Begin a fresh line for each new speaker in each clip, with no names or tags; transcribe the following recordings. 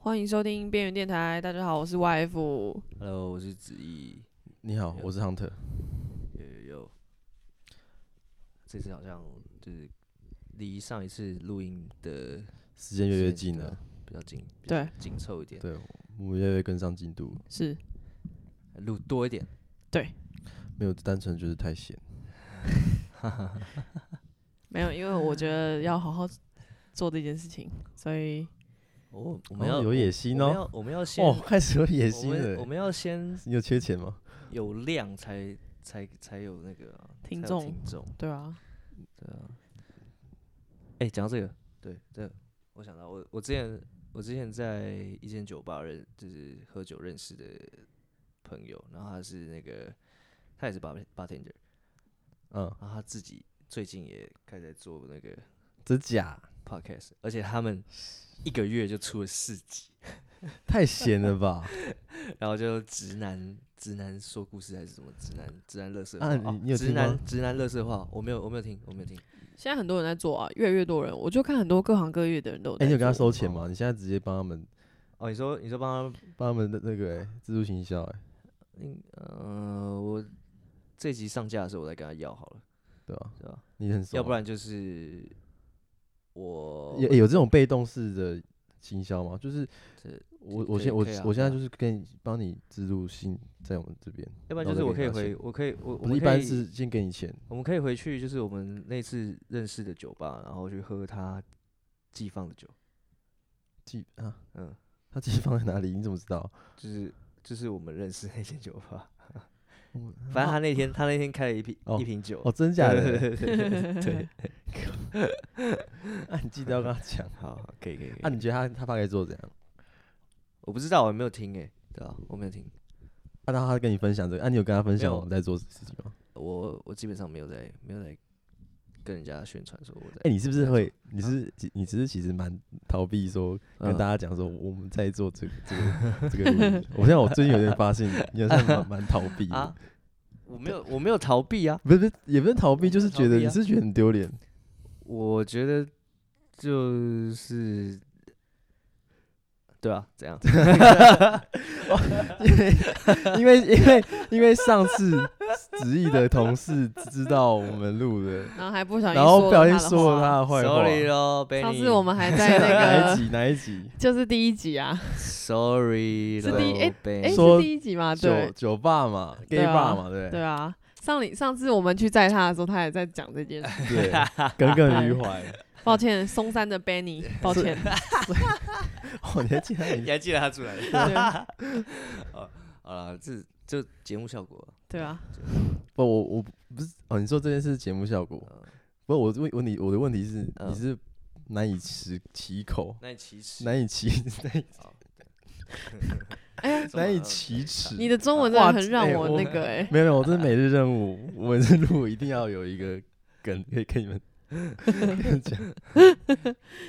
欢迎收听边缘电台，大家好，我是 YF。
Hello，我是子怡。
你好，我是 Hunter。
有有有，这次好像就是离上一次录音的
时间越来越
时间
近了，，
比较近，比较
对，
紧凑一点，
对，我们越来越跟上进度，
是
录多一点。
没有单纯就是太闲。
没有，因为我 觉得要好好做这件事情，所以
哦，我
我
们要
有野心
我们
哦，
要我们要先，
哦，开始有野
我
心
们我
了。
们要先
你有缺钱吗？
有量才才才有那个啊
听
才有
众
听众。
对啊，
对啊。哎、讲到这个，对对，我想到我我之前我之前在一间酒吧认，就是喝酒认识的朋友，然后他是那个他也是 bar bartender，
嗯，
然后他自己最近也开始在做那个
真假？
podcast，而且他们一个月就出了四集，
太闲 了吧？
然后就直男直男说故事还是什么直男直男乐色话
啊
哦
你你有
直
听
男
吗
直男乐色话，我没有我没有听我没有听，
现在很多人在做啊，越来越多人，我就看很多各行各业的人都有在做。
哎，你有跟他收钱吗？你现在直接帮他们，
哦你说你说帮他们
帮他们的那个哎，自助行销哎，
嗯，呃，我这集上架的时候，我再跟他要好了，
对吧？
对吧？
你很熟，
要不然就是我
有有这种被动式的行销吗？就是
这
我
可
我
以
现我
可以啊
我现在
可以啊
就是跟你帮你自助信在我们这边，
要不然
然
就是
后再
我可
给
以
你拿
回，
钱
我可以，我我
不
们
是一
可
般
以
是先给你钱，
我们可以回去，就是我们那次认识的酒吧，然后去喝他寄放的酒，
寄啊，
嗯，
他寄放在哪里？你怎么知道？
就是就是我们认识那间酒吧，
我
反正他那天他那天开了一瓶
哦
一瓶酒，
哦，真假
对
的？
对对对对对，
那、你记得要跟他 讲。
好，可以可以，可以
那、啊你觉得他他大概做怎样？
我不知道，我没有听诶，对啊，我没有听，
啊，那他跟你分享这个，啊，你有跟他分
没
享
有
我们在做的事情吗？
我我基本上没有在没有在跟人家宣传说我在
哎、你是不是会？你是其你只是其实蛮逃避说跟
嗯
大家讲说我们在做这个这个这个录音。我现在我最近有点发现你好像蛮蛮逃避的
啊，我没有，我没有逃避啊。
不是不是也不是逃避，
我
就是
没有逃
觉得
避
你
啊
是觉得很丢脸。
我觉得就是，对啊，怎 样？
因为因为因为上次子毅的同事知道我们录的，
然后还不小心
然后不小心
说
说
了
了
他
他
的话。
啊
的坏话。
Sorry 咯 b e
上次我们还在
哪
那
一
个，
集？哪一集？
就是第一集啊，
Sorry
是
咯
第一哎
Benny
哎，
说
是第一集嘛，
酒
对
酒吧嘛
对
，gay
啊
bar 嘛，对
对啊。上里上次我们去载他的时候，他也在讲这件事。
对，耿耿于 怀。
抱歉，松山的 Benny，抱
是
歉。
哦，你还记得
你
你？
还记得他出来
啊
了？ 好，好了，这就节目效果。
对 啊，
不，我我不是哦，你说这件事是节目效果，
嗯
不是我问问你，我的问题是
嗯
你是难以持其口，
那你其实
难 以启难以
哎呀，
啊
难以启齿。
你的中文真
哇
的很
这
让
哎
我
我
那个哎，
没有没有，我这是每日任务，我每日任务一定要有一个梗可以 跟你们跟你们讲。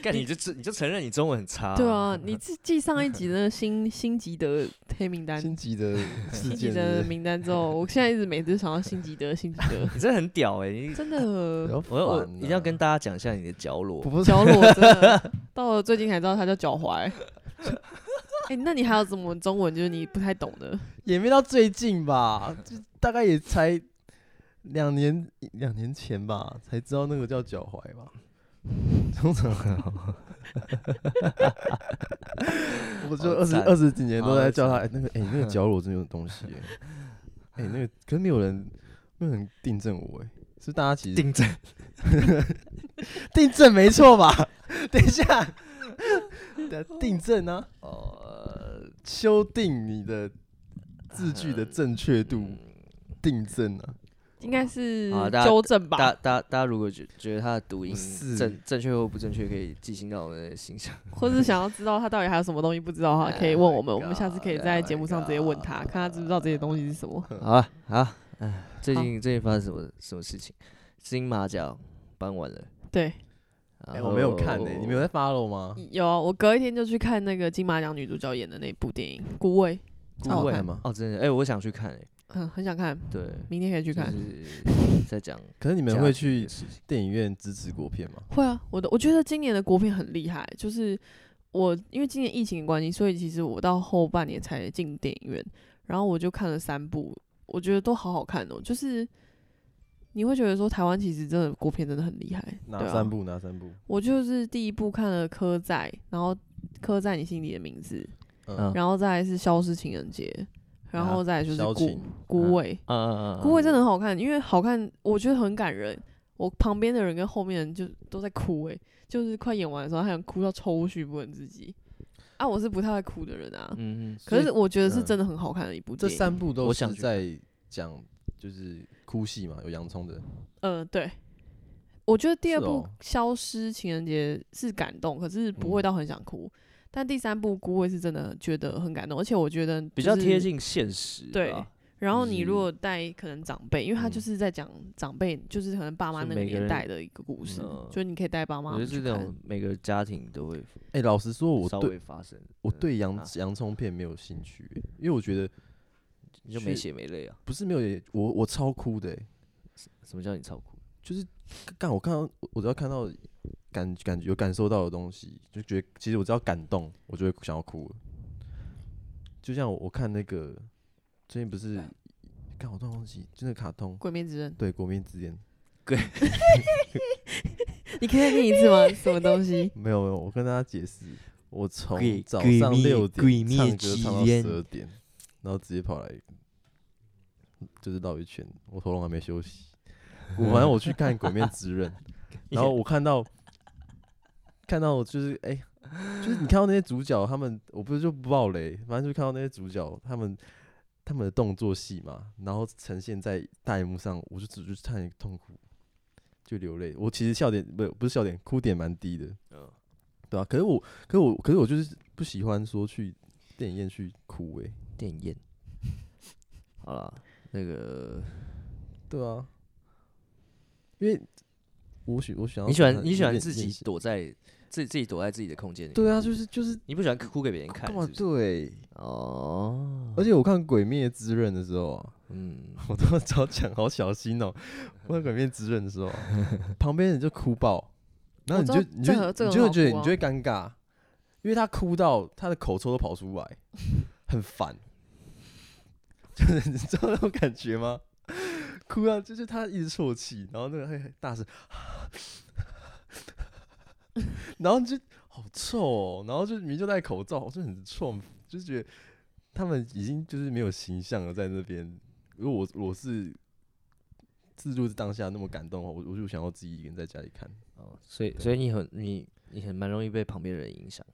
干你就自你就承认你中文很差。
对啊，你自记上一集的新新吉德黑名单，
心急的
新
事
吉
件
德
是
的
不是，
名单之后，我现在一直每次想到新吉德，新吉德，
你真的很屌哎！你
真 的
我我
一
一定要跟大家讲一下你的角落。
啊不是
脚裸真的，到了最近才知道他叫脚踝。哎，那你还有什么中文就是你不太懂的？
也没到最近吧，就大概也才两年两年前吧，才知道那个叫脚踝吧。 通常， 我就
好
二十
赞
二十几年都
好
在叫
赞
他、哎那个哎、 那个角落真的有东西哎、哎、那个可是没有人没有人订正我哎、是大家其实
定 正，
订正没错吧？等一 下，等下订正啊，
呃，
哦修订你的字句的正确度。订正啊，
应该是
好大家
纠正
大
吧。
大大家如果觉觉得他的读音
是
正正确或不正确，可以寄信到我们的信 箱。
或是想要知道他到底还有什么东西不知道的话，可以问我们，我们下次可以在节目上直接问他，看他知不知道这些东西是什么。
好了，好，哎，最近最近发生什么什么事情？金马奖颁完了，
对，
哎、
然
我没有
后
看呢、你没有在 follow 吗？
有啊，我隔一天就去看那个金马奖女主角演的那部电影《孤味》，
顾
好
问
看
吗？
哦，真的，哎，我想去看，哎，
嗯，很想看，
对，
明天可以去
就
看。
是在讲
可是 你
你
们会去电影院支持国片吗？
会啊，我的我觉得今年的国片很厉害，就是。我因为今年疫情的关系，所以其实我到后半年才进电影院，然后我就看了三部，我觉得都好好看哦。就是你会觉得说，台湾其实真的国片真的很厉害。
哪
对啊
三部？哪三部？
我就是第一部看了《刻在》，然后《刻在你心里的名字》
嗯
然后再来是《消失情人节》，然后再来就是
啊消
孤《
情
孤味》
嗯嗯嗯，
孤味真的很好看，因为好看，我觉得很感人。我旁边的人跟后面的人就都在哭、欸，就是快演完的时候，他想哭到抽搐，不能自己。啊，我是不太会哭的人啊，
嗯嗯，
可
所
是
以
我觉得是
嗯
真的很好看的一部
这
电影。
三部都
我
是
想去
在讲就是哭戏嘛，有洋葱的。
嗯、对，我觉得第二
是
部《
哦
消失情人节》是感动，可是不会
嗯
到很想哭。但第三部《孤味》是真的觉得很感动，而且我觉得、
比较贴。近现实。啊
对然后你
嗯
是
如果带可能长辈，因为他就
嗯
是在讲长辈，就是可能爸妈
是
那个
每个
年
人
代的一个故事，
嗯
就是你可以带爸妈
我觉得
们去
这
看。
种每个家庭都会
哎、老实说，我
稍
对
微发生，
我对洋
啊
洋葱片没有兴趣、因为我觉得
你就没
去
血没泪啊？
不是没有，我我超哭的、
什么叫你超酷？
就是干我看到我只要看到感感觉有感受到的东西，就觉得其实我只要感动，我就会想要哭了。就像我我看那个最近不是，
啊
看我突然忘记，就那个卡通，
鬼灭之 刃，
对《国民之恋》
你可以再念一次吗？什么东 西？
没有没有，我跟大家解释，我从
鬼
早
鬼
上
灭
六
鬼
点
灭
唱歌
之
唱到
刃
十二点，然后直接跑来就是绕一圈，我喉咙还没休息。我反正我去看《鬼灭之 刃》，然后我看到看到就是哎、就是你看到那些主角他们，我不是就不爆雷，反正就看到那些主角他们他们的动作戏嘛，然后呈现在大荧幕上，我就只就看痛苦，就流泪。我其实笑点不是不是笑点，哭点蛮低的，
嗯
对啊，可是我可是我可是我就是不喜欢说去电影院去哭诶、欸
电影院。 好了，那个
对啊，因为我喜我想要
你喜欢
看
你喜欢
练
自
练
己
习
躲在自己自己躲在自己的空间里，
对啊，就是就是
你不喜欢哭给别人看
干，嘛
是不是嗯
对？
哦，
而且我看《鬼灭之刃》的时候啊，
嗯，
我都要 早讲，好小心哦、我看《鬼灭之刃》的时候啊，旁边人就哭爆，然后你
我
就
知道这个
你就
这个
你就会
很好哭
觉得你
啊
就会尴尬，因为他哭到他的口臭都跑出来，很烦，就是你知道那种感觉吗？哭啊，就是他一直啜泣，然后那个会大声， 然后你就好臭哦，然后就明明就戴口罩，就很臭，就觉得他们已经就是没有形象了，在那边。如果我我是自入当下那么感动的话，我我就想要自己一个人在家里看，
哦，所
啊
以所以你很你你很蛮容易被旁边的人影响，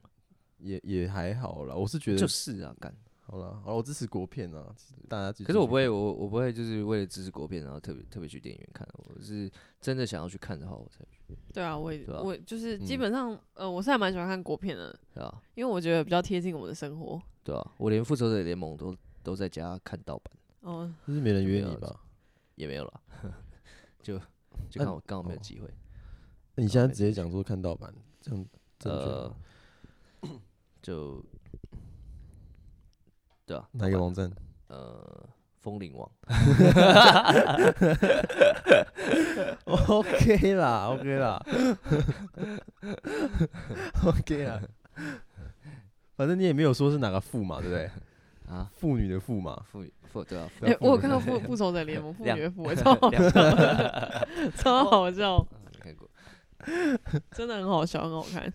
也也还好啦。我是觉得、
就是啊，干。
好啦，好啦，我支持国片啊，大家支持。
可是我不会，我我不会就是为了支持国片，然后特别特别去电影院看。啊我是真的想要去看的话，我才去，
对啊，我也
对啊
我就是基
嗯
本上，呃，我是还蛮喜欢看国片的，
对啊，
因为我觉得比较贴近我们的生活。
对啊。我连《复仇者联盟都》都在家看盗版，
哦，
就是没人约
就
你
不要
吧？
也没有了， 就就
那
刚好刚好没有
哦
机会。
那你现在
没
直接讲说看盗版，这样正确
呃
吗？，
就对啊，
哪一个网站？
呃，风铃网
OK 啦，OK 啦 ，OK 啦。反正你也没有说是哪个妇嘛，对不对？
啊，
妇女的妇嘛，
妇妇对啊，妇
不要
哎，
妇
我有
女
看 过《复
对
复仇者联盟》，妇
两
女的妇， 哎超好笑的， 超好笑，
啊没看过，
真的很好笑，很好看。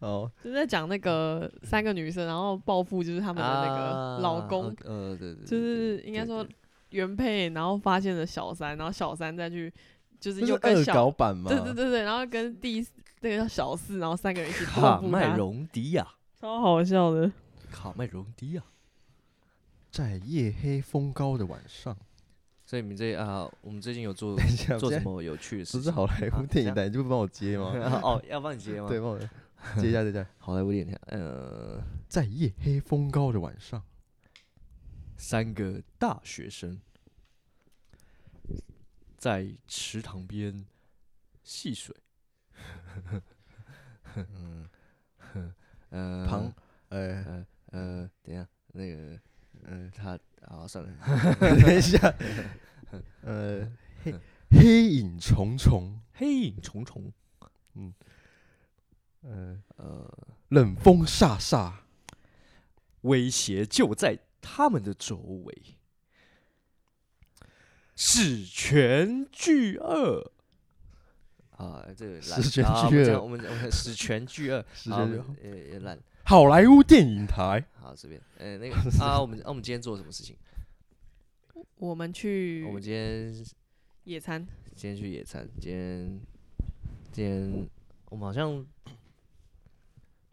哦，
就是在讲那个三个女生，然后报复就是他们的那个老
啊
公，
，OK，呃，对对，对
就是
对
应该
对
说
对
原配，然后发现了小三，然后小三再去就是
这是
又跟
恶
小
搞版嘛？
对对对对，然后跟第四那个叫小四，然后三个人一起报
卡
复
麦
他，
隆迪亚，
超好笑的。
卡麦隆迪啊亚。
在夜黑风高的晚上，
所以你们这啊，我们最近有 做
等一下，
做
我现
什
在
么有趣的事
不
情？
是好莱
啊
坞电
这
影
样
台，你就不帮我 接吗？
哦，要帮你接吗？
对，，帮我接一下，接一下。
好莱坞电影，呃，
在夜黑风高的晚上，
三个大学生在池塘边戏水，嗯，呃，
旁
嗯
呃，
呃呃，等一下，那个，嗯、他啊，算了，
等一下，呃，
嗯
黑黑影重重，
黑影重重，
呃，
呃，
冷风飒飒，
威胁就在他们的周围。史全巨二啊，这个烂
史全
啊
巨二
我们讲我们讲史全巨二，
史
好我
全
们
巨
呃也烂，
好莱坞电影台
好随便，呃那个 啊，我们啊我们今天做了什么事情？
我们去
我们今天
野餐，
今天去野餐，今天今天我们好像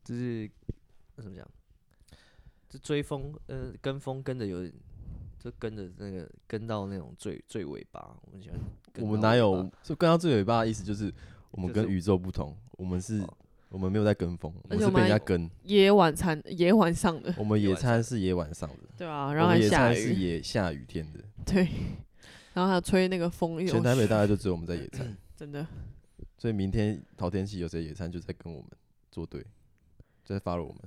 就是那怎么讲，就追风，呃，跟风跟的有点，就跟着那个跟到那种最最尾巴，我们喜欢跟
我
到尾巴。
们哪有就跟到最尾巴的意思就是我们
就是
跟宇宙不同，我们是
哦，
我们没有在跟风，我
而
们
且
是
我们
被人家
还
跟，
野晚餐，野晚上的，
我们
野
野
晚上
餐是野晚上的，
对啊，然后
我们
还
野
下
餐是
雨，
野下雨天的，
对，然后还有吹那个风，一直
全台北
哦
大概就只有我们在野餐，
真的
所以明天好天气有谁野餐就在跟我们作对，就在 follow 我们，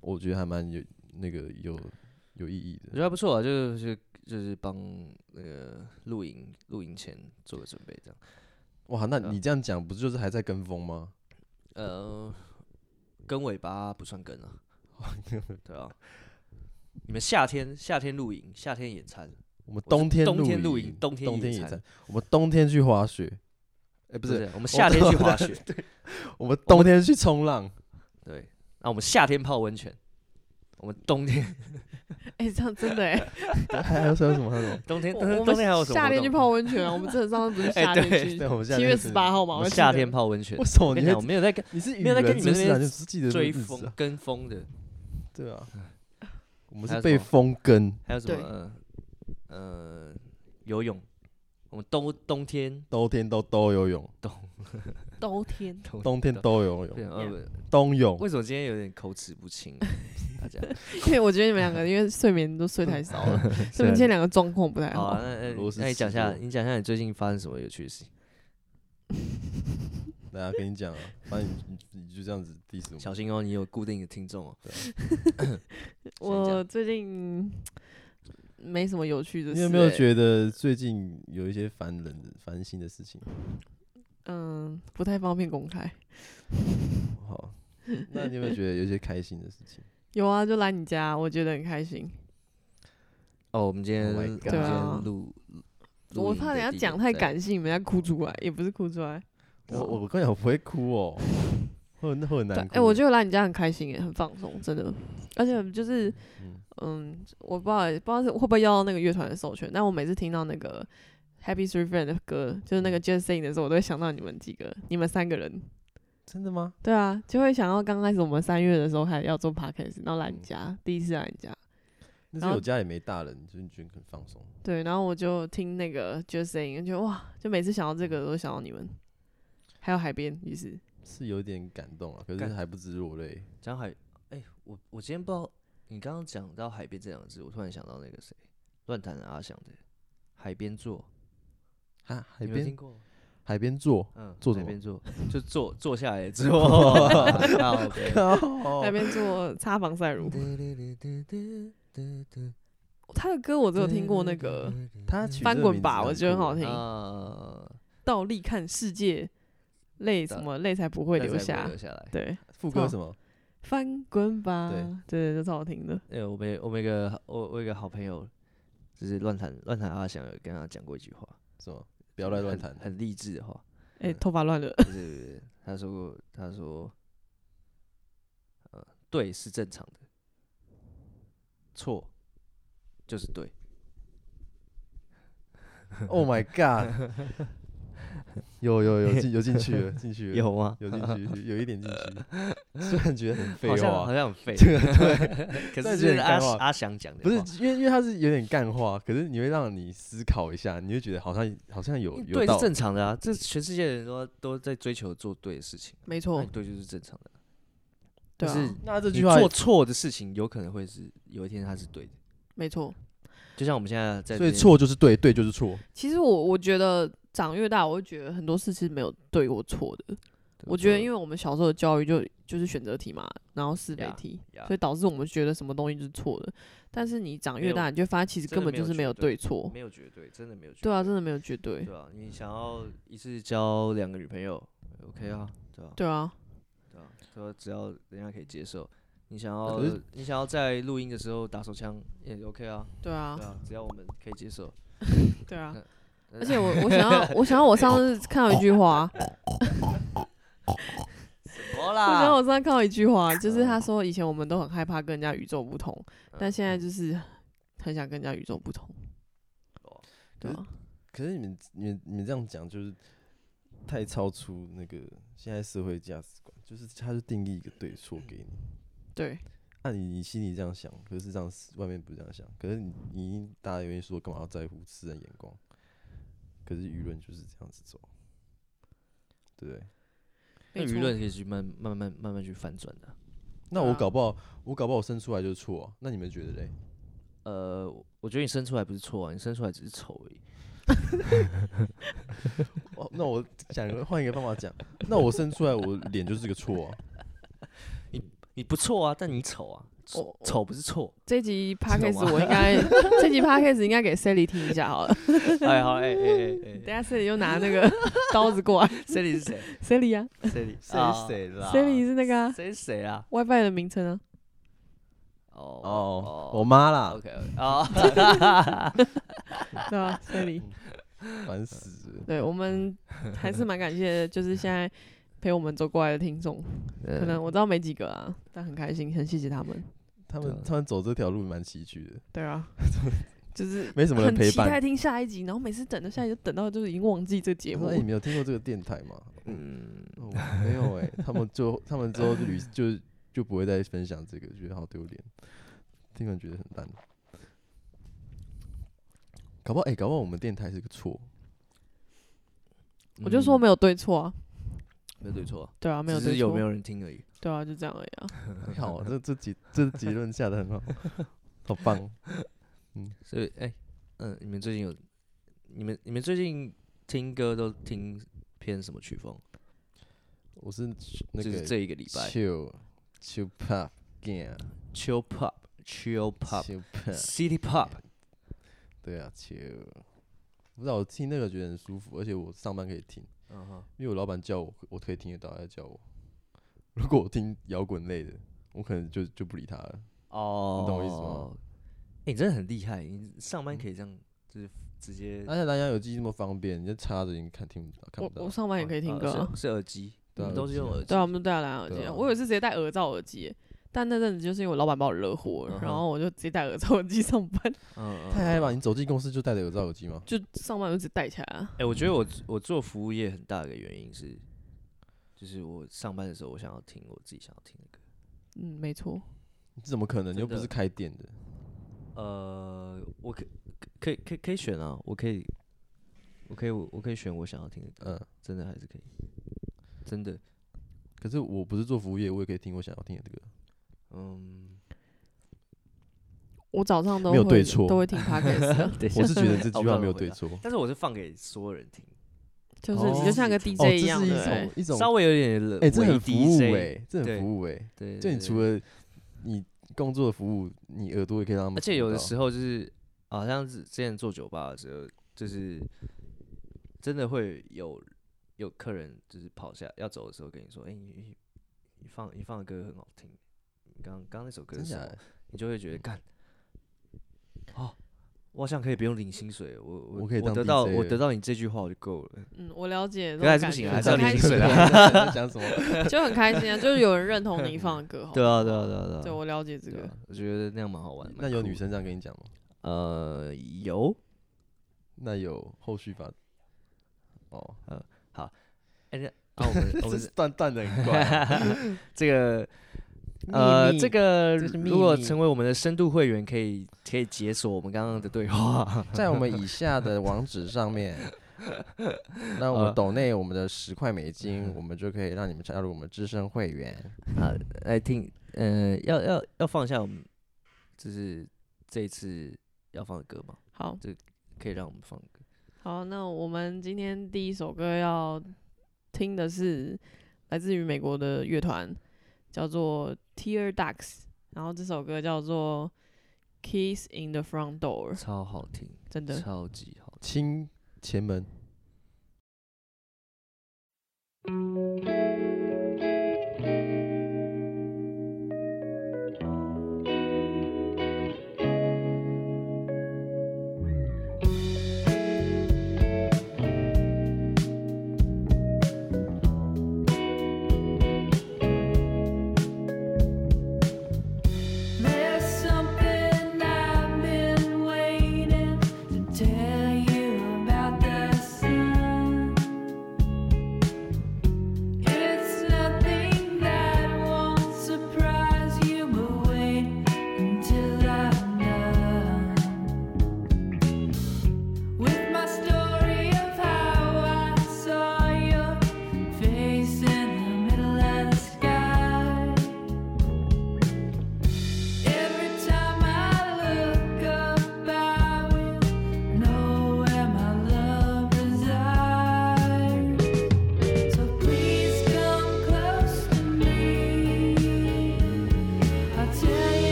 我觉得还蛮有那个有有意义
我
的
觉。得还不错啊，就是就是帮那个露营露营前做个准备这样。
哇，那
对啊
你这样讲不就是还在跟风吗？
呃，跟尾巴不算跟 啊，对啊。你们夏天夏天露营，夏天野餐，
我们
是
冬天
冬天露
营
营，冬天
冬
野
天
餐
餐，我们冬天去滑雪， 哎、
不
不是，
是我们夏天去滑 雪，
我们冬天去 冲浪，
对，那我们夏天泡温泉，我们冬 天
哎、这样真的哎、
还还有什么什么还有什么？
冬天
我
冬
我
冬
们
天还有什么活动？
夏天去泡温泉啊，我们真的上次不是
哎
夏天
对
去
对，我们夏
七
天
月
是
十八，号嘛，
我
我
们
记
夏
得
天泡温泉
为。什么
我跟
你
你讲，我
会
没有在跟
你是
没有在跟你们
是
那
啊，
边
就是记得那个
追
日子
风
啊，
跟风的，
对啊，我
还
们是
有
被
什么
风跟
还有什
对
么呃呃游泳，我们冬冬天
冬天都都游泳，
冬天
冬天都游泳，
对呃
Yeah
冬泳
为什么今天有点口齿不清啊？大 家
因为 我觉得你们两个因为睡眠都睡太少了，所以你们今天两个状况不太
好啊，
好。
那那
螺丝
那你
起
讲一下，
落
你讲一下你最近发生什么有趣的事情？
大家跟你讲啊，反正你 你你就这样子 diss 我
小
们，
心哦，你有固定的听众哦。
我最近没什么有趣的事、
你有没有
欸
觉得最近有一些烦人的烦心的事情？
嗯，不太方便公开。
好，那你有没有觉得有一些开心的事 情？
有啊，就来你家，我觉得很开心。
哦，我们今天
Oh
我
my
们今
god
对啊
天录，录
我
音
怕
的
等下
地
讲
点
太
在，
感性，人家哭出来，也不是哭出来。
我我我跟你讲，我不会哭哦，会很会很
对
难，
哎、
过。
我觉得来你家很开心耶，很放松，真的。而且就是，嗯，我不知道不知道是会不会要到那个乐团的授权，但我每次听到那个 Happy Three Friend 的歌，就是那个 Just Sing 的时候，我都会想到你们几个，你们三个人。
真的吗？
对啊，就会想到刚开始我们三月的时候还要做 podcast，然后来你
嗯
家，第一次来你家，
那
然
是
后
我家也没大人，就是你觉得很放松。
对，然后我就听那个 Just Sing，就哇，就每次想到这个都想到你们，还有海边也是，
是有点感动啊，可是
感
还不知落泪。
讲海，哎，我我今天不知道你刚刚讲到海边这两个字，我突然想到那个谁，乱弹的阿翔的海边坐，
哈，
你
海
没有
边
听过吗？
海边坐，
嗯，
坐
海
什么
边坐，就坐坐下来之 后， 啊，OK
哦
海边做擦防晒
嗯
乳。他的歌我只有听过
嗯
那个
他取
翻
这个
滚
名字
吧我觉得很
酷
好听
啊，
倒立看世界，泪什么泪才不会
但
留
是
下
还不留。下来。
对，
副歌
哦
什么？
翻滚吧，对对，这超好听的。
哎、我们我们一个我我有一个好朋友，就是乱弹乱弹阿翔，有跟他讲过一句话，
什么？不要乱乱弹
很。很励志的话，
哎、
嗯
头发乱了，
就是他说过，他说，呃，对是正常的，错就是对，
Oh my god！有有有进有进去了， 进去了，
有吗？
有进去，有一点进去。 虽然觉得很废
好像好
话，
像很废， 可是
虽
这
然觉
是
得很
阿
干话
阿翔讲的，
不是因为因为它是有点干话，可是你会让你思考一下，你会觉得好像好像有有
对
道
是正常的啊，这全世界的人都都在追求做对的事情，
没
那
错
你，对就是正常的啊，
对
但
啊
是，
哦那这
你
句话，
做错的事情有可能会是有一天它是对的。
没错。
就像我们现在在这
所以
边，
错就是对，对就 是错。
其实我我觉得长越大，我会觉得很多事是没有对或错的。我觉得因
为
为我们小时候的教育就就是选择题嘛，然后是非
呀
题
呀
所以导致我们觉得什么东西就是错的。但是你长
没
越
有
大，你就发现其实
真
根
的
本
没
就
有
是
绝
没有
对
对错。
没有绝对，真的没有绝
对啊，真的没有绝对。
对啊，你想要一次交两个女朋友，OK
嗯
啊，对啊，
对啊，
对啊，说只要人家可以接受，你想
那
要
可是
你想要在录音的时候打手枪也 OK 啊，
对啊
对，啊，只要我们可以接受。
对啊
嗯。
而且我我想 要我想要我上次看到一句话，
好
我想要
啦，
我上次看到一句话，就是
嗯
他说以前我们都很害怕跟人家与众不同，但现在就是很想跟人家与众不同。
哦
对啊，
可是你们你们你们这样讲就是太超出那个现在社会价值观，就是他就定义一个对错给你，
对，
按、你你心里这样想，可是这样外面不是这样想，可是你你大家愿意说干嘛要在乎世人眼光，可是舆论就是这样子走，对不对？
那
没错
舆论可以去慢慢慢慢慢去反转的。
那
对
我
啊
搞不好我搞不好我生出来就是错、啊，那你们觉得嘞？
呃，我觉得你生出来不是错啊，你生出来只是丑而已。
哦，那我讲一个换一个方法讲，那我生出来我脸就是个错啊，
你不错啊，但你丑啊，
我我
丑不是错。
这集
这
podcast
种吗
我应该这集 podcast 应该给 Sally 听一下好 了，
哎好哎哎
等下
哎
Sally 就拿那个 刀子过来
哎，Sally 是谁
，Sally 啊
？Sally
谁谁啦？
，Sally 是那个啊
谁是谁啊？
WiFi 的名称啊，
哦
哦，我妈啦，
OK OK 哦，
对 啊，Sally。
烦死了。
对我们还是蛮感谢，就是现在陪我们走过来的听众，可能我知道没几个啊，但很开心，很谢谢他们。
他
对
们
啊
他们走这条路蛮崎岖的，
对啊， 就是
没什么人
很
陪
期待
伴。
听下一集，然后每次等到下一集，就等到就是已经忘记这个节
我
目
说
了
哎、。你没有听过这个电台吗？
嗯，
哦，没有哎、他们就他们之后就旅就就不会再分享这个，觉得好丢脸，听完觉得很烂。搞不好哎、搞不好我们电台是个错，
我就说没有对错啊，
嗯没有对错，
对啊，没有
只
对
是有没
错，
有人听而已。
对啊，就这样而已啊。
很好啊，这这结这结论下的很好，好棒。
所以哎，嗯，你们最近有你们你们最近听歌都听偏什么曲风？
我是那
就
个
是这一个礼拜
chill chill pop game
，chill pop、chill pop、
chill pop
city pop，嗯
对啊 chill，不知道我听那个觉得很舒服，而且我上班可以听。
嗯哼，
因为我老板叫我，我可以听得到他在叫我。 如果我听摇滚类的，我可能就就不理他了。
哦，
懂我意思吗？嗯
哎，你真的很厉害，你上班可以这样，就是直接
哎
而且蓝牙耳机这么方便，你就插着已经看听不到，看
我
不
我
到。
上班也可以听歌啊，
呃是是耳机，你
对啊
们都是用
耳
耳机
对啊，我们都戴蓝牙耳机
对
啊。
啊
我有一次直接戴耳罩耳机耶，但那阵子就是因为我老板把我惹火了
嗯，哼
然后我就直接戴耳罩耳机上班，
嗯，
太嗨
害
了吧！
怕。
你走进公司就戴着耳罩耳机吗？
就上班我就直接戴起来啊。
哎，我
嗯
觉得我我做服务业很大的一个原因是，就是我上班的时候，我想要听我自己想要听的歌。
嗯，没错。
你怎么可能？你又
真
不
的
是开店的。
呃，我可可以可以可以选啊，我可以，我可以我我可以选我想要听的歌，
嗯，
真的还是可以，真的，
可是我不是做服务业，我也可以听我想要听的 歌。
嗯，
我早上都
没有
会
对错
都会听 podcast，啊
对
我是觉 得
我
这句
不
话
能
没有
回
对
答
错。哦，
但是我是放给所有人听，
就是
哦
你就像个
自己
DJ
这
一样
是一
的、欸
种一种
稍，微有点冷
哎，这
微
很服务
DJ
哎，这
对
很服务哎。
对，
就你
对
除了你工作的服务，你耳朵也可以让他们
而
听
且
得到。
啊有的时候就是，好像是之前做酒吧的时候，就是真的会有有客人就是跑下要走的时候跟你说，哎、你你你放你放的歌很好听，你刚刚那首歌
真
是什
假
么
的？嗯
你就会觉得干，哦，我好像可以不用领薪水，我我
我可以当
得到
DJ
我
了
得到你这句话我就够了，
嗯，我了解，
可还是不行啊，还是要
很
领
开
薪
心
水
啊，
啊。
讲什么？
就很开心啊，就是有人认同你放的歌，
哦
好
对啊，对啊，对啊，对啊。
对我了解这
对
个，
啊我觉得那样蛮好玩的。
那
蛮
有
酷
女
的？
生这样跟你讲吗？
呃，有，
那有后续吧？哦，
哎、那啊，我们我
这
们
是断断的很怪啊。
这个呃，
秘密
这个
这是秘
如果
密
成为我们的深度会员，可以可以解锁我们刚刚的对话。
在我们以下的网址上 面，那我
呃
们抖内我们的十块美金，我们就可以让你们加入我们资深会员。
啊，来听，呃，要要要放一下我们，就是这一次要放的歌吗？
好
可以让我们放的歌。
好，那我们今天第一首歌要听的是来自于美国的乐团，叫做 Tear Ducks，然后这首歌叫做 Kiss in the Front Door，
超好听，
真的
超级好听。
亲前门，
Thank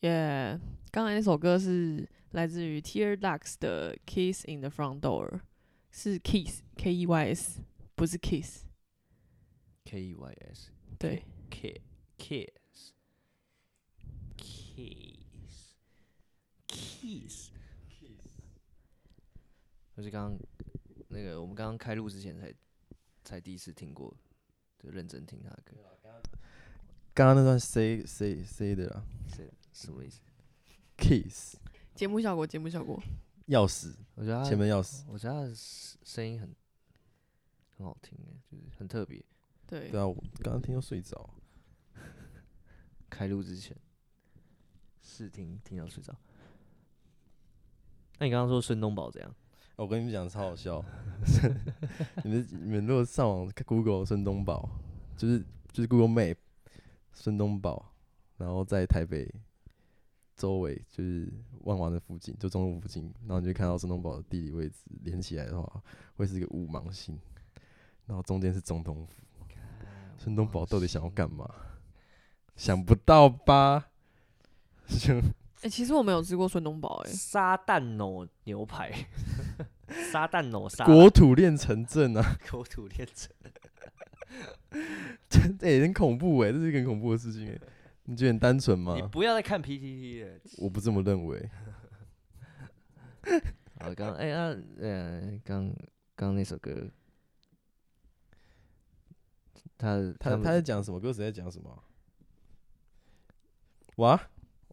耶！刚才那首歌是来自于 Tear Ducks 的《Kiss in the Front Door》，是 Kiss K E Y S，不是 Kiss。
K E Y S
对
K Kiss Kiss Kiss，就是刚刚那个我们刚刚开录之前才才第一次听过，就认真听他的歌，
刚刚那段 C C C 的啦
是什么意思？
，kiss
节目效果，节目效果。
钥匙，
我觉得他
前面钥匙，
我觉得他的声声音很很好听耶，就是很特别。
对
对，啊，我刚刚听到睡着。
开录之前试听听到睡着。那你刚刚说孙东宝怎样？
我跟你们讲超好笑，你们你们如果上网看 Google 孙东宝，就是就是 Google Map 孙东宝，然后在台北周围就是万华的附近，就中路附近，然后你就看到孙东宝的地理位置连起来的话，会是一个五芒星，然后中间是总统府。孙东宝到底想要干嘛？想不到吧？ 就
哎、其实我没有吃过孙东宝、哎，
撒旦哦牛排， 撒旦 哦沙
国土炼成阵啊，
国土炼成，
真的、欸、很恐怖哎、这是一个很恐怖的事 情哎、你觉得很单纯吗
你？不要再看 PTT 了。
我不这么认为。
好，刚哎那呃刚刚那首歌，他
他
们
他在讲什么？歌词在讲什么啊？哇！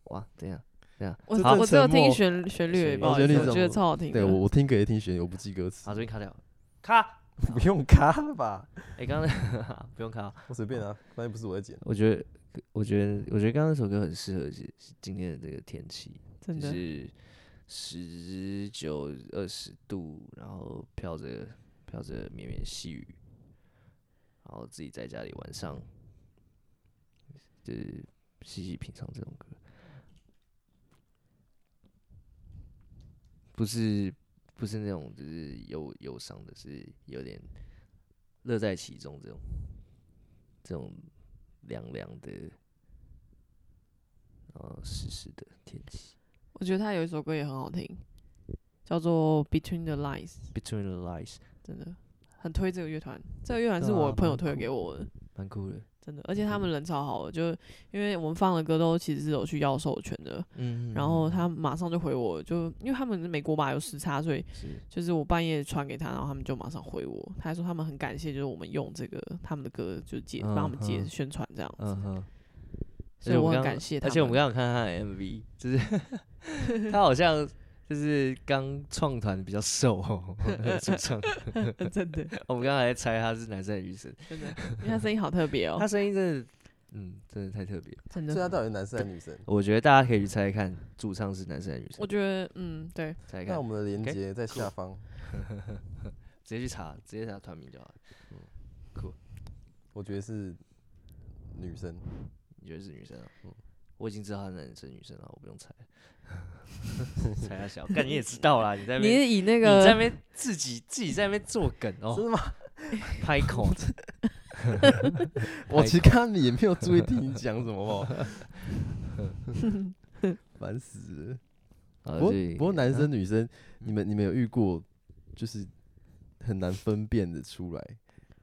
哇怎样怎样？
我
这
我
阵
只有
沉默哦
听旋旋律而已，
旋律
不好意
旋律
思，我觉得
怎么
超好听的。
对我我听歌也听旋律，我不记歌词
啊好，，这边卡掉，卡。
不用卡了吧？
哎，刚 刚不用卡哦，
我随便啊，反正不是我在剪。
我觉得，我觉得，我觉得刚刚那首歌很适合今今天的这个天气，
真
就
的，
是十九二十度，然后飘着飘着绵绵细雨，然后自己在家里晚上就是细细品尝这种歌，不是不是那种就是忧忧伤的，是有点乐在其中这种这种凉凉的，然后湿湿的天气。
我觉得他有一首歌也很好听，叫做《Between the Lines》，
Between the Lies，
真的很推这个乐团。这个乐团是
对啊
我朋友
蛮
推
酷嗯
给我的，
蛮酷的。
真的，而且他们人超好的，就因为我们放的歌都其实是有去要授权的，
嗯
然后他马上就回我，就因为他们美国嘛有时差，所以
是
就是我半夜传给他，然后他们就马上回我，他还说他们很感谢，就是我们用这个他们的歌，就借帮他们借
嗯哼
宣传这样子，
嗯哼，
所以我
而且
很
刚
感谢他
而且我们
们
刚刚有看他的 MV，就是 他好像就是刚创团比较瘦哦，主 唱。
真的
我们刚才猜他是男生还是女生，
真的，因为他声音好特别哦
他，声音真的，嗯，真的太特别了。
真
所以他
的，
到底男生还是女生？
我觉得大家可以去猜猜看，主唱是男生还是女生
我，觉得嗯对，
猜猜
那我
看，
们的连接在下方，
直接去查，直接查团名就好了。
我觉得是女生。
你觉得是女生啊？我已经知道他是男生女生了， 我不用猜，猜他小，但你也知道啦，你在那
你
边
是以那
你在
个
那边自己自己在那边做梗 哦，
真的吗？
拍 口，
我其实看你也没有注意听你讲什么哦， 烦死了。
啊
不过
对
不过男生女生，你
嗯
们你们有遇过就是很难分辨的出来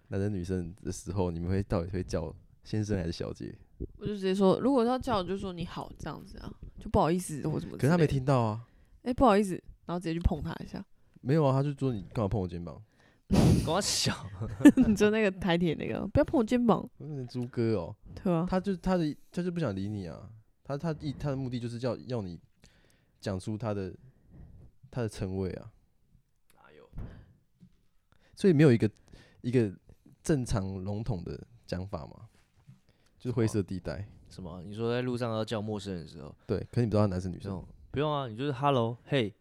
男生女生的时候，你们会到底会叫先生还是小姐？
我就直接说，如果要叫我就说你好这样子啊，就不好意思我怎么，
可是他没，听到啊，
哎不好意思，然后直接去碰他一 下，
没有啊，他就说你干嘛碰我肩膀？
光小，
就那个台铁那个，不要碰我肩膀，
我说你猪哥哦，
对啊，
他就他的他就不想理你啊，他他一他的目的就是要要你讲出他的他的称谓啊，
哪有？
所以没有一个一个正常笼统的讲法嘛，就是灰色地带。
什么？你说在路上要叫陌生人的时候，
对，可是你不知道他男生女
这
生
种，不用啊，你就是 hello hey，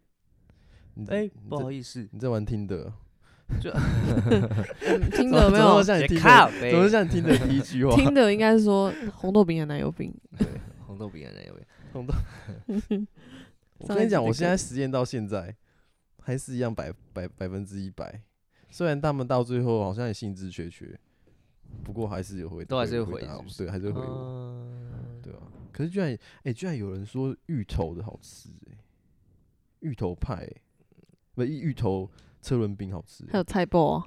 你
哎，
你
不
在
好意思，
你在玩听的，
嗯听
怎
得
么
没
怎么
有
会？像你
别
听
靠
的，
北
怎么会像你听的第一句 话？
听的应该是说红豆饼和奶油饼，
红豆饼啊人有 没有？
我
上一
跟你
集
讲，
的
我
歌
现在实验到现在，还是一样百百百分之一百。虽然他们到最后好像也兴致缺缺，不过还是有回，
都还是
有
会回
答
是
我
不是
哦
对，还是会回我，
嗯
对啊，可是居然，哎、居然有人说芋头的好吃、哎，芋头派、欸，不是芋头车轮饼好吃、欸
还有菜包啊，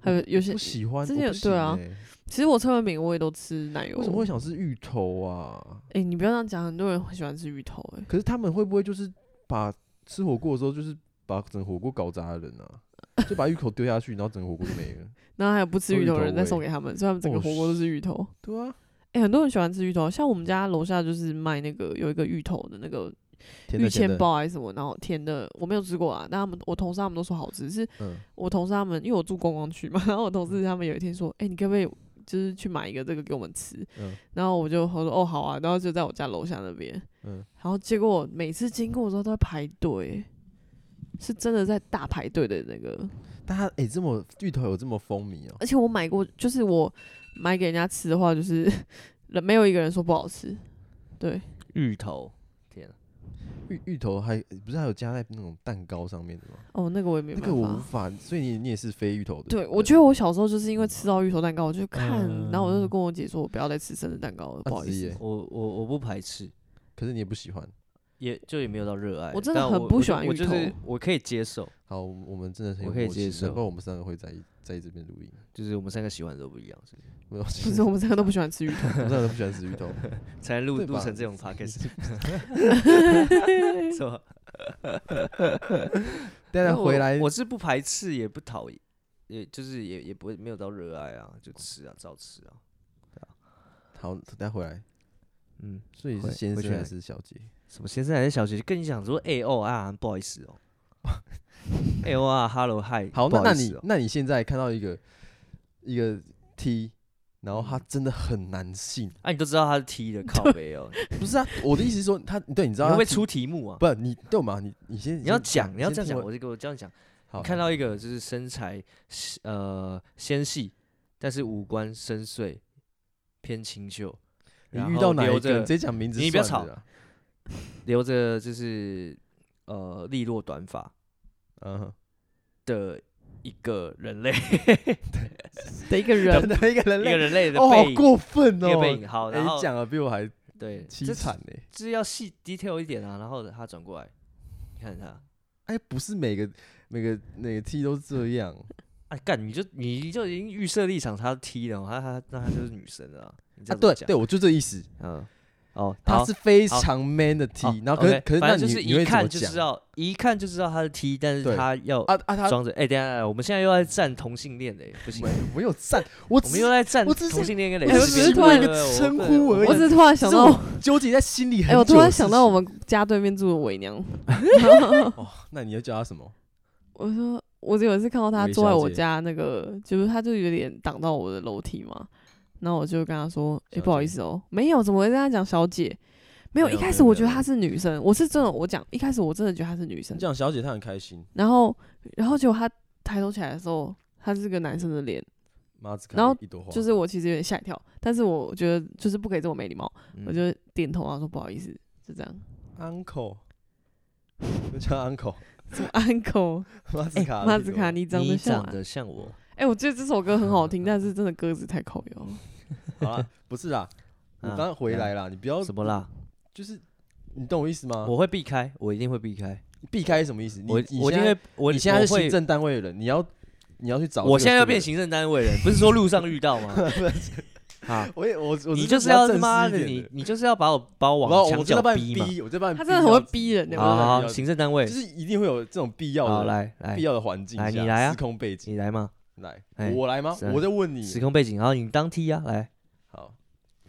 还有有些
不喜欢，
之
我
前
不
对
行
啊
欸
其实我车轮饼我也都吃奶油。
为什么会想吃芋头啊？
哎、你不要这样讲，很多人很喜欢吃芋头、哎，
可是他们会不会就是把吃火锅的时候，就是把整个火锅搞砸的人 啊？就把芋头丢下去，然后整个火锅就没了。
然后还有不
哦
吃
都
芋
芋
头
头
的人再
味
送给他们，所以他们整个
哦
火锅都是芋头。
对啊，
哎、很多人喜欢吃芋头，像我们家楼下就是卖那个有一个芋头的那个
甜
芋
的甜
签
的，
包还是什么，然后甜的我没有吃过啊，但他们我同事他们都说好吃，是
嗯，
我同事他们因为我住观光区嘛， 然后我同事他们有一天说，哎、你可不可以就是去买一个这个给我们吃？
嗯
然后我就我说哦好啊，然后就在我家楼下那边，
嗯
然后结果每次经过的时候都在排队，是真的在大排队的那个，
但他哎、这么芋头有这么风靡哦、
而且我买过，就是我买给人家吃的话，就是 人没有一个人说不好吃，对，
芋头，天啊，
芋芋头还不是还有加在那种蛋糕上面的吗？
哦那个我也没
那
办法。
个我无法，所以你你也是非芋头的。
对，我觉得我小时候就是因为吃到芋头蛋糕，我就看，然后我就
嗯
跟我姐说，我不要再吃生日蛋糕了，不
啊
好
子
意
怡
思。
耶
我我我不排斥，
可是你也不喜欢。
也就也没有到热爱，
我真的
但
很
我
不
我
喜
就
欢
我
芋
就是
头
我可以接受，
好，我们我们真的很有
我可以
默契
接受
难怪我们三个会在在这边录音。
就是我们三个喜欢的都不一样，是不是
没有，
不
不
是，我们三个都不喜欢吃芋 头。
我们三个都不喜欢 吃芋头。
才录
对
录
吧
成 这种 podcast，是吧？
但是
但我
回来
我是不排斥，也不讨厌，也就是也也不会没有到热爱啊，就吃啊，照吃啊，
好，等下回来，
嗯，
所以
回
是先
回
生
去
还
哪里
是小姐？
什么先生还是小姐，就跟你讲说，哎、哦啊，不好意思哦、 哎哦啊，hello hi，
好，
不
那那
意思
你
哦
那你现在看到一个一个 T，然后
嗯
他真的很难信，
啊，你都知道他是 T 的靠背 哦、
不是啊？我的意思是说，他对，你知
你
道
会不
他
会
T-
出题目啊？
不？你对嘛？你你先
你要
先
讲，你要这样
先听
讲，
我
我就给我这样讲。
好
你看到一个就是身材细呃纤细，但是五官深邃，偏清秀，
你
然
遇
后
到哪
留
一个
着
直接讲名字
你不要
算了啦，
留着就是呃利落短发
嗯哼，
的一个人类，
的一个人，
的一个 人
一个
类，
人类的
哦，好
背影，
过分
一个背
哦！
影。好，
哎，
然后
你讲了比我还
对，
凄
这
惨呢。
这要细 detail 一点啊。然后他转过来，你看他，
哎，不是每个每个每个 T 都这样，
哎干，你就你就已经预设立场，他踢了，他他那他就是女生了啊。你这
啊，
样怎么
对
讲
对，，我就这意思。
嗯，哦，好
他是非
好
常 man 的
好
T，然后可是
OK，
可是那
反正
你
就是
你会
一
怎
看
么
就知
讲？
道，一看就知道他是 T，但是
对
他要
啊啊，他
装着哎，等一下，我们现在又在站同性恋嘞，不行
没，没有赞，我
我
只
们
是
又在站
我只是
同性恋跟
我
蕾
只
丝
是
边
突然
对
一个
对对
称
我
呼
对
而已
我只是突然想
是
到，
我 纠结在心里很
哎、
久。
我突然想到我，们家对面住的伪娘，
那你要叫他什么？
我说我有一次看到她
韦
坐在
小
我
姐
家那个，就是她就有点挡到我的楼梯嘛，然后我就跟她说，哎、
小
不好意
姐
思哦、没有，怎么会跟她讲小姐？没有，
没
一
有
开
没
始
有
我
没
觉得
有
她是女生，我是真的，我讲一开始我真的觉得她是女生
你，讲小姐，她很开心，
然后然后结果她抬头起来的时候，她是个男生的脸，
妈只看
然后
一朵花，
就是我其实有点吓一跳，但是我觉得就是不可以这么没礼貌，
嗯
我就点头啊说不好意思，就这样。
uncle，就叫 uncle，
什么 uncle
马子卡，
哎马子卡，，你长
你
得像
长
啊？
得嗯像我，
哎、我觉得这首歌很好听，但是真的歌词太靠腰了。
好啦，不是啦，我
啊
刚刚回
怎样
来啦，你不要
怎么？啦？
就是你懂我意思吗？
我会避开，我一定会避开，
避开什么意思？哦你
我
你
我一
现
定
在
会，我
你现在
我
是
会
行政单位的人，你要你要去找这个。
我现在要
这个
变
人，
行政单位人，不是说路上遇到 吗？啊，
我也我我
你
是
就是
比较
要
正
他
式
妈
一
的，
点
你你就是要把我把我
我
往
我
墙
这
角
半
逼嘛。
我这半
他真的很会
逼
逼人的，
要
我真的
好好，
比较
行政单位
到，就是一定会有这种必要
好
的
来来
必要的环境
哎来
下
你来啊
时空背景
你来嘛，
来，
哎
我来吗
是啊？
我在问你
时。空背景，好，你当 T 啊，来，
好，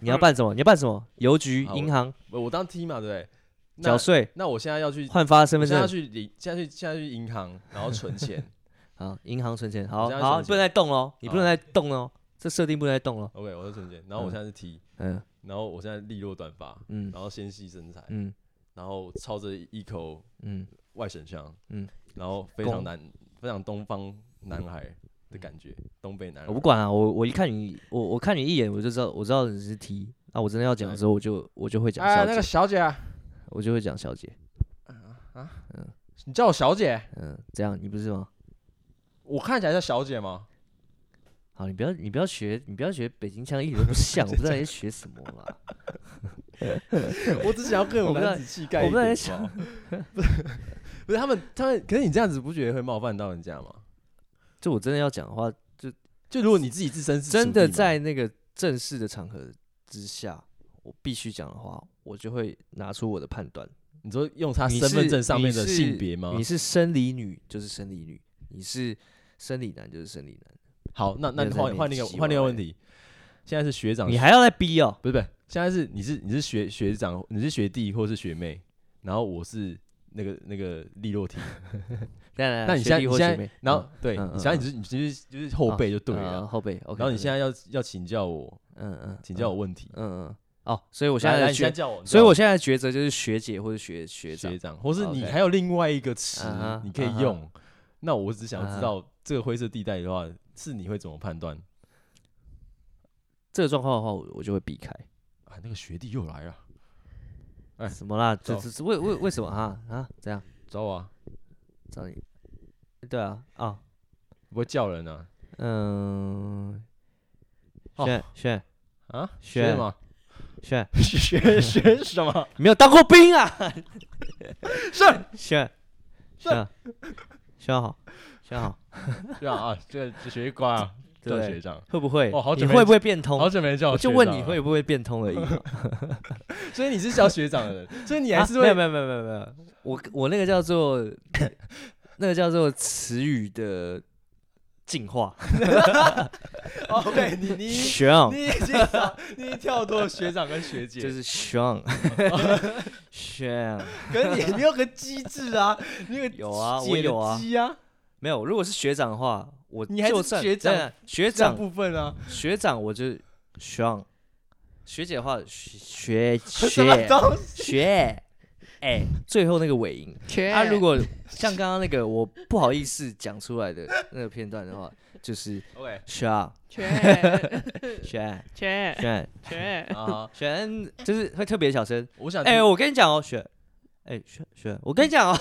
你要办什么？你要办什么？邮局、
嗯好
银行、
我我当 T 嘛，对不对？那
缴税、
那我现在要去，
换发身
我
份
现在要
证，
去领，现在去现在去银行，然后存钱。
好，银行存钱，好
现在
好，
存
你不能再动喽，你不能
好
再动喽，这设定不能再动喽。
OK，我在存钱，然后
嗯
我现在是 T，
嗯
然后我现在利落短发，
嗯
然后纤细身材，
嗯
然后操着一口
嗯，
外省腔，
嗯
然后非常
公
南，非常东方男孩的感觉，东北男孩。
我不管啊，我我一看你，我我看你一眼，我就知道我知道你是 T。那我真的要讲的时候，我就我就会讲
哎，
小
那
姐，
个小姐啊，
我就会讲小姐。
你叫我小姐，
嗯，这样你不是吗？
我看起来像小姐吗？
好，你不要你不要学你不要学北京腔，一点 都不像，我不知道你在学什么啦。
我只想要更有
我不知道
男子气概
我
一
不知道
点
在
好不好 不是他们，他们可是你这样子不觉得会冒犯到人家吗？
就我真的要讲的话，
就如果你自己自身是
真
属
的
地嘛
在那个正式的场合之下，我必须讲的话，我就会拿出我的判断。
你说用他
你
啊身份
是
证上
你
面的
是
性别吗？
你是生理女就是生理女，你是生理男就是生理男，
好，那那
没有在
换
那
换
边
另一个
洗
换另一个
碗
问题，现在是学长，
你还要再逼哦。
不是不是，现在是你是你是学学长，你是学弟或是学妹，然后我是那个那个利落
啊
体，
那
那你现在你现在，然后对，
嗯
你
嗯
现在
嗯
你是你就是就是后辈就对了，
呃后背。OK，
然后你现
在
在要要请教我，
嗯嗯，
请教
我
我问题，
嗯嗯哦，所以我
我
现在的
现在
抉，
叫我，
所以我
现
现在的抉择就是学姐或者学学
在
长啊
学。长，或是你
OK
还有另外一个词
嗯哼
你可
嗯
以
哼
用，那我只想
嗯
知
哼
道这个灰色地带的话，是你会怎么判断
这个状况的话，我我就会避开。
啊？那个学弟又来了， 哎
什么啦？这
走
这这为为为什么啊啊？这样
找我啊，
找你？对啊啊
不会叫人啊
嗯，
哦
炫炫
啊，
学
吗？
炫，
学学 什么？
没有当过兵啊！
是
炫炫炫好炫 好，
对啊啊，这这学乖啊，叫学
对，
长，
会不会
哦好？
你
久没
会不会变通
好？久没叫
我
我
就
学
问
长
你
了
会，不会变通而已嘛。
所以你是叫学长 的人，所以你还
啊
是
没
会
有没有没有没有没有，我我那个叫做 那个叫做词语的进化，
OK，你 你
学长
你已 经少你已经跳脱学长跟学姐，
就是 学长学长
可是你你有个机制啊，你有个
有啊，
姐
我
的
有啊，
机啊，
没有，如果是学长的话，我
你还
就是算
学
对
长
啊学
这
长
样部分啊，
学长我就学长，学姐的话 学学
什么
学
东西？
学，哎，最后那个尾音，
缺
啊，如果像刚刚那个我不好意思讲出来的那个片段的话，就是
OK
学长。
缺
选
缺
选
缺，
啊，
选，就是会特别小声。
我想
哎、我跟你讲哦，选，哎、选选，我跟你讲哦，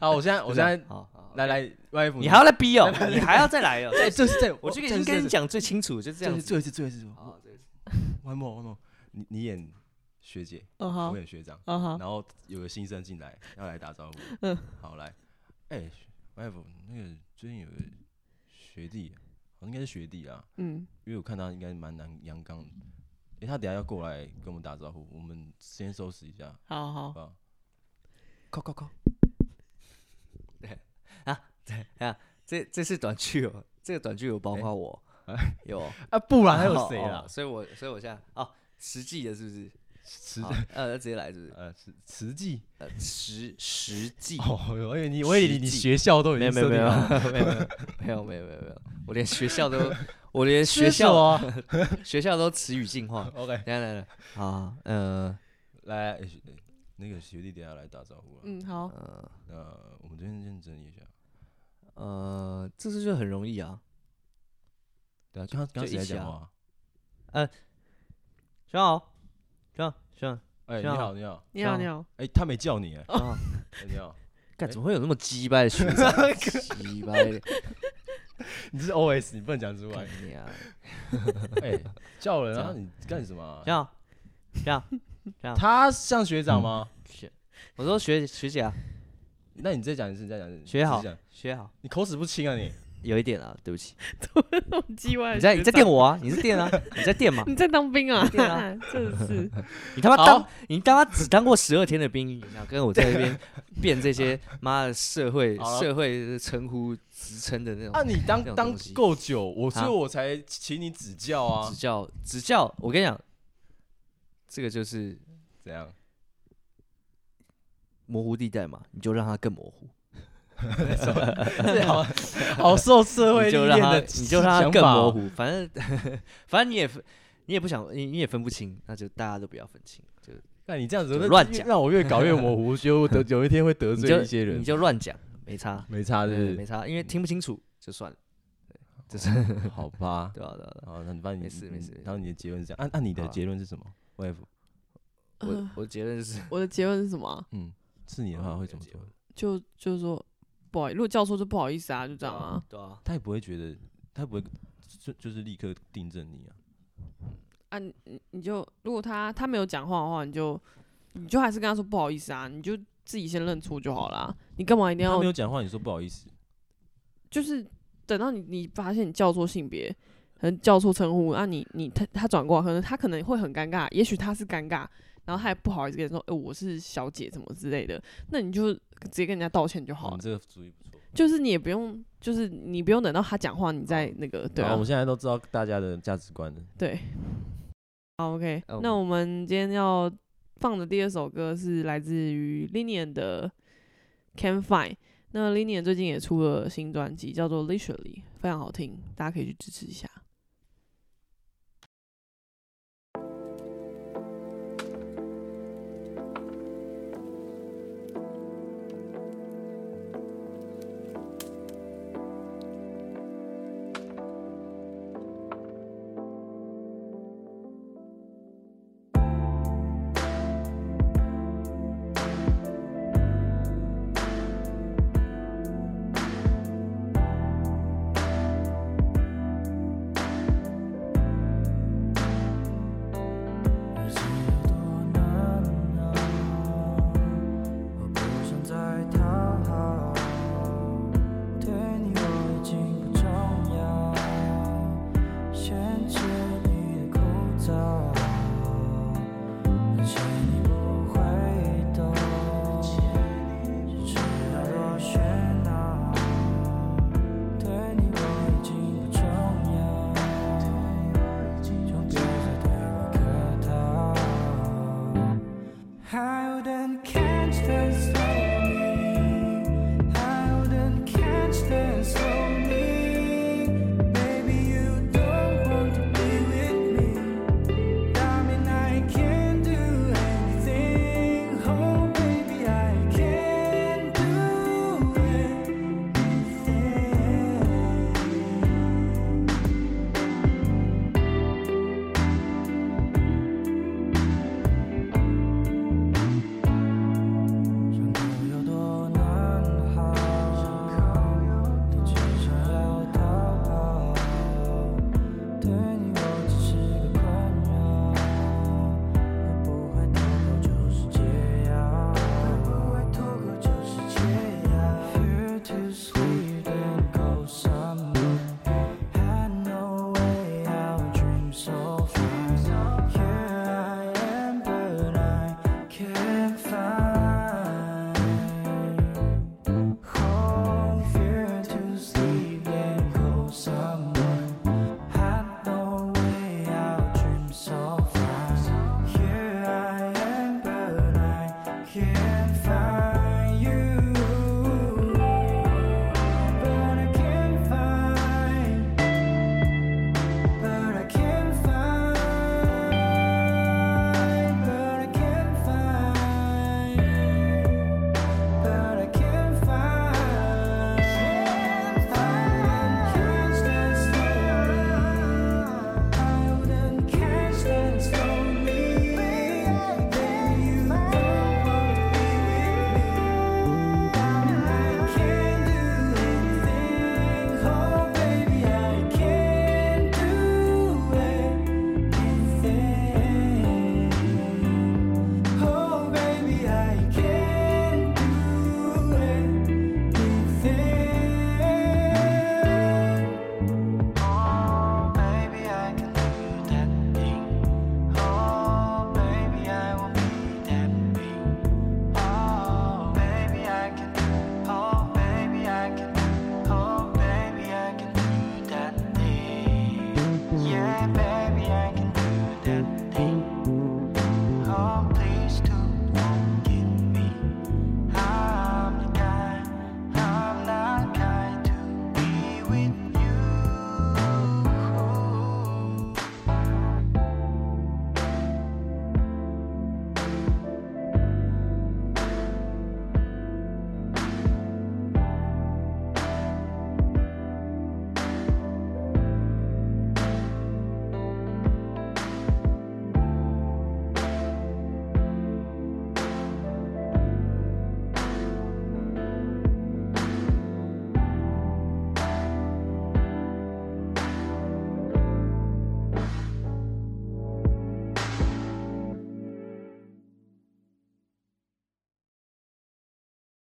好，我现在 我现在
好好，
来来 y F，
你还要再逼 哦，你还要再来哦。
对，就是这，
我就已
这
经
是
跟你，讲最清楚，就这
这哦
样
是
子。
最后一次，最后一次
好，这个是
，one more one more，你你演学姐，
嗯
我
好，
演学长。
嗯好，
然后有个新生进来要来打招呼，
嗯
好来，哎、外婆，那个最近有个学弟，好像应该是学弟啊，
嗯，
因为我看他应该蛮阳阳刚的，哎、他等下要过来跟我们打招呼，我们先收拾一下，
好
好
好
不，好？
扣扣扣。对 啊，对啊，这这是短剧哦，这个短剧有包括我，有，
啊，不 然还
哦
有谁
哦
啦？
所以我所以我现在哦，实际的是不是？
慈
好呃，那直接来是不是？
呃慈慈济
呃，实实际。
哦， 我以为你我以为
慈
你
济
学校都已
没有
经
没有
设
没
定
有
好了，
没有没有没有没有没有，我连学校 都我连
是
学
什么
校
啊
学校都词语进化。
，OK，
来来来，好，呃
来、哎学那个学弟等下来打招呼了，啊
嗯好，
呃
那、我们这边认真一下，
呃，这是就很容易啊。
对啊，就刚刚
就
谁
一
在
起
讲
啊
话啊？
学长好，学长学长
哎、你
这样
好，你好。
你好
这
你
样
好，
哎、他没叫你哎、
学长，
哎你好，
干怎么会有那么鸡掰的学 长？鸡掰 的，
你这是 OS，你不能讲出
干
来。
你啊！
哎、叫人啊，
这
你干什么
学
啊、
长学长
他像学长吗？
学，我说学学姐啊，
那你再讲一次，你再讲一次。
学好
你再讲
学好，
你口齿不清啊你。
有一点啊，对不起，
这种叽歪，
你在你在电，我啊，你是电啊，你在电嘛，
你在当兵啊
你，在啊
真的是，
你他妈
好
当你他妈只当过十二天的兵，你想跟我在那 边变这些妈的社会
好了
社会称呼职称的那
啊，
种
你当
这种
当
东西
够久，我所以
啊
我才请你指教啊
指。教指教？我跟你讲，这个就是
怎样？
模糊地带嘛，你就让它更模糊，
这 好好受社会
你
历
就让
练
它
的，哦
你就让它更模。糊，反正 反正你也分你也不想你你也分不清，那就大家都不要分清，就
那你这样子
就
会
乱
越
讲
让我越搞越 模糊，觉得我得有一天会得
你
罪
就
一些人啊
你。就乱讲，没差，
没差，
对
是
没差，因为听不清楚就算了，
不是？ 好吧。
对吧、啊对吧、对吧
好，那你帮你嗯
没事没事没事
然后你的结论是这样，按按你的
好啊
结论是什么？Wave，
我 我结论就是。
呃我的结论是什么啊？
嗯，是你的
啊
话会怎么做？
就
哦
就是说不好意思，如果叫错就不好意思啊，就这样啊。
对啊，
他也不会觉得，他也不会
就就是立刻订正你啊。
啊，你你就如果他他没有讲话的话，你就你就还是跟他说不好意思啊，你就自己先认错就好啦。你干嘛一定
他
要
没有讲话，你说不好意思，
就是等到你你发现你叫错性别，可能叫错称呼，啊你你他他转过来，可能他可能会很尴尬，也许他是尴尬，然后他也不好意思跟你说，哎、我是小姐什么之类的，那你就直接跟人家道歉就
好，
好了
你，这个主意不错。
就是你也不用，就是你不用等到他讲话，你再那个对
好
啊
哦我们现在都知道大家的价值观了。
对。好，OK，、
哦
那我们今天要放的第二首歌是来自于 Linian 的《Can Find》。那 Linian 最近也出了新专辑，叫做《Literally》，非常好听，大家可以去支持一下。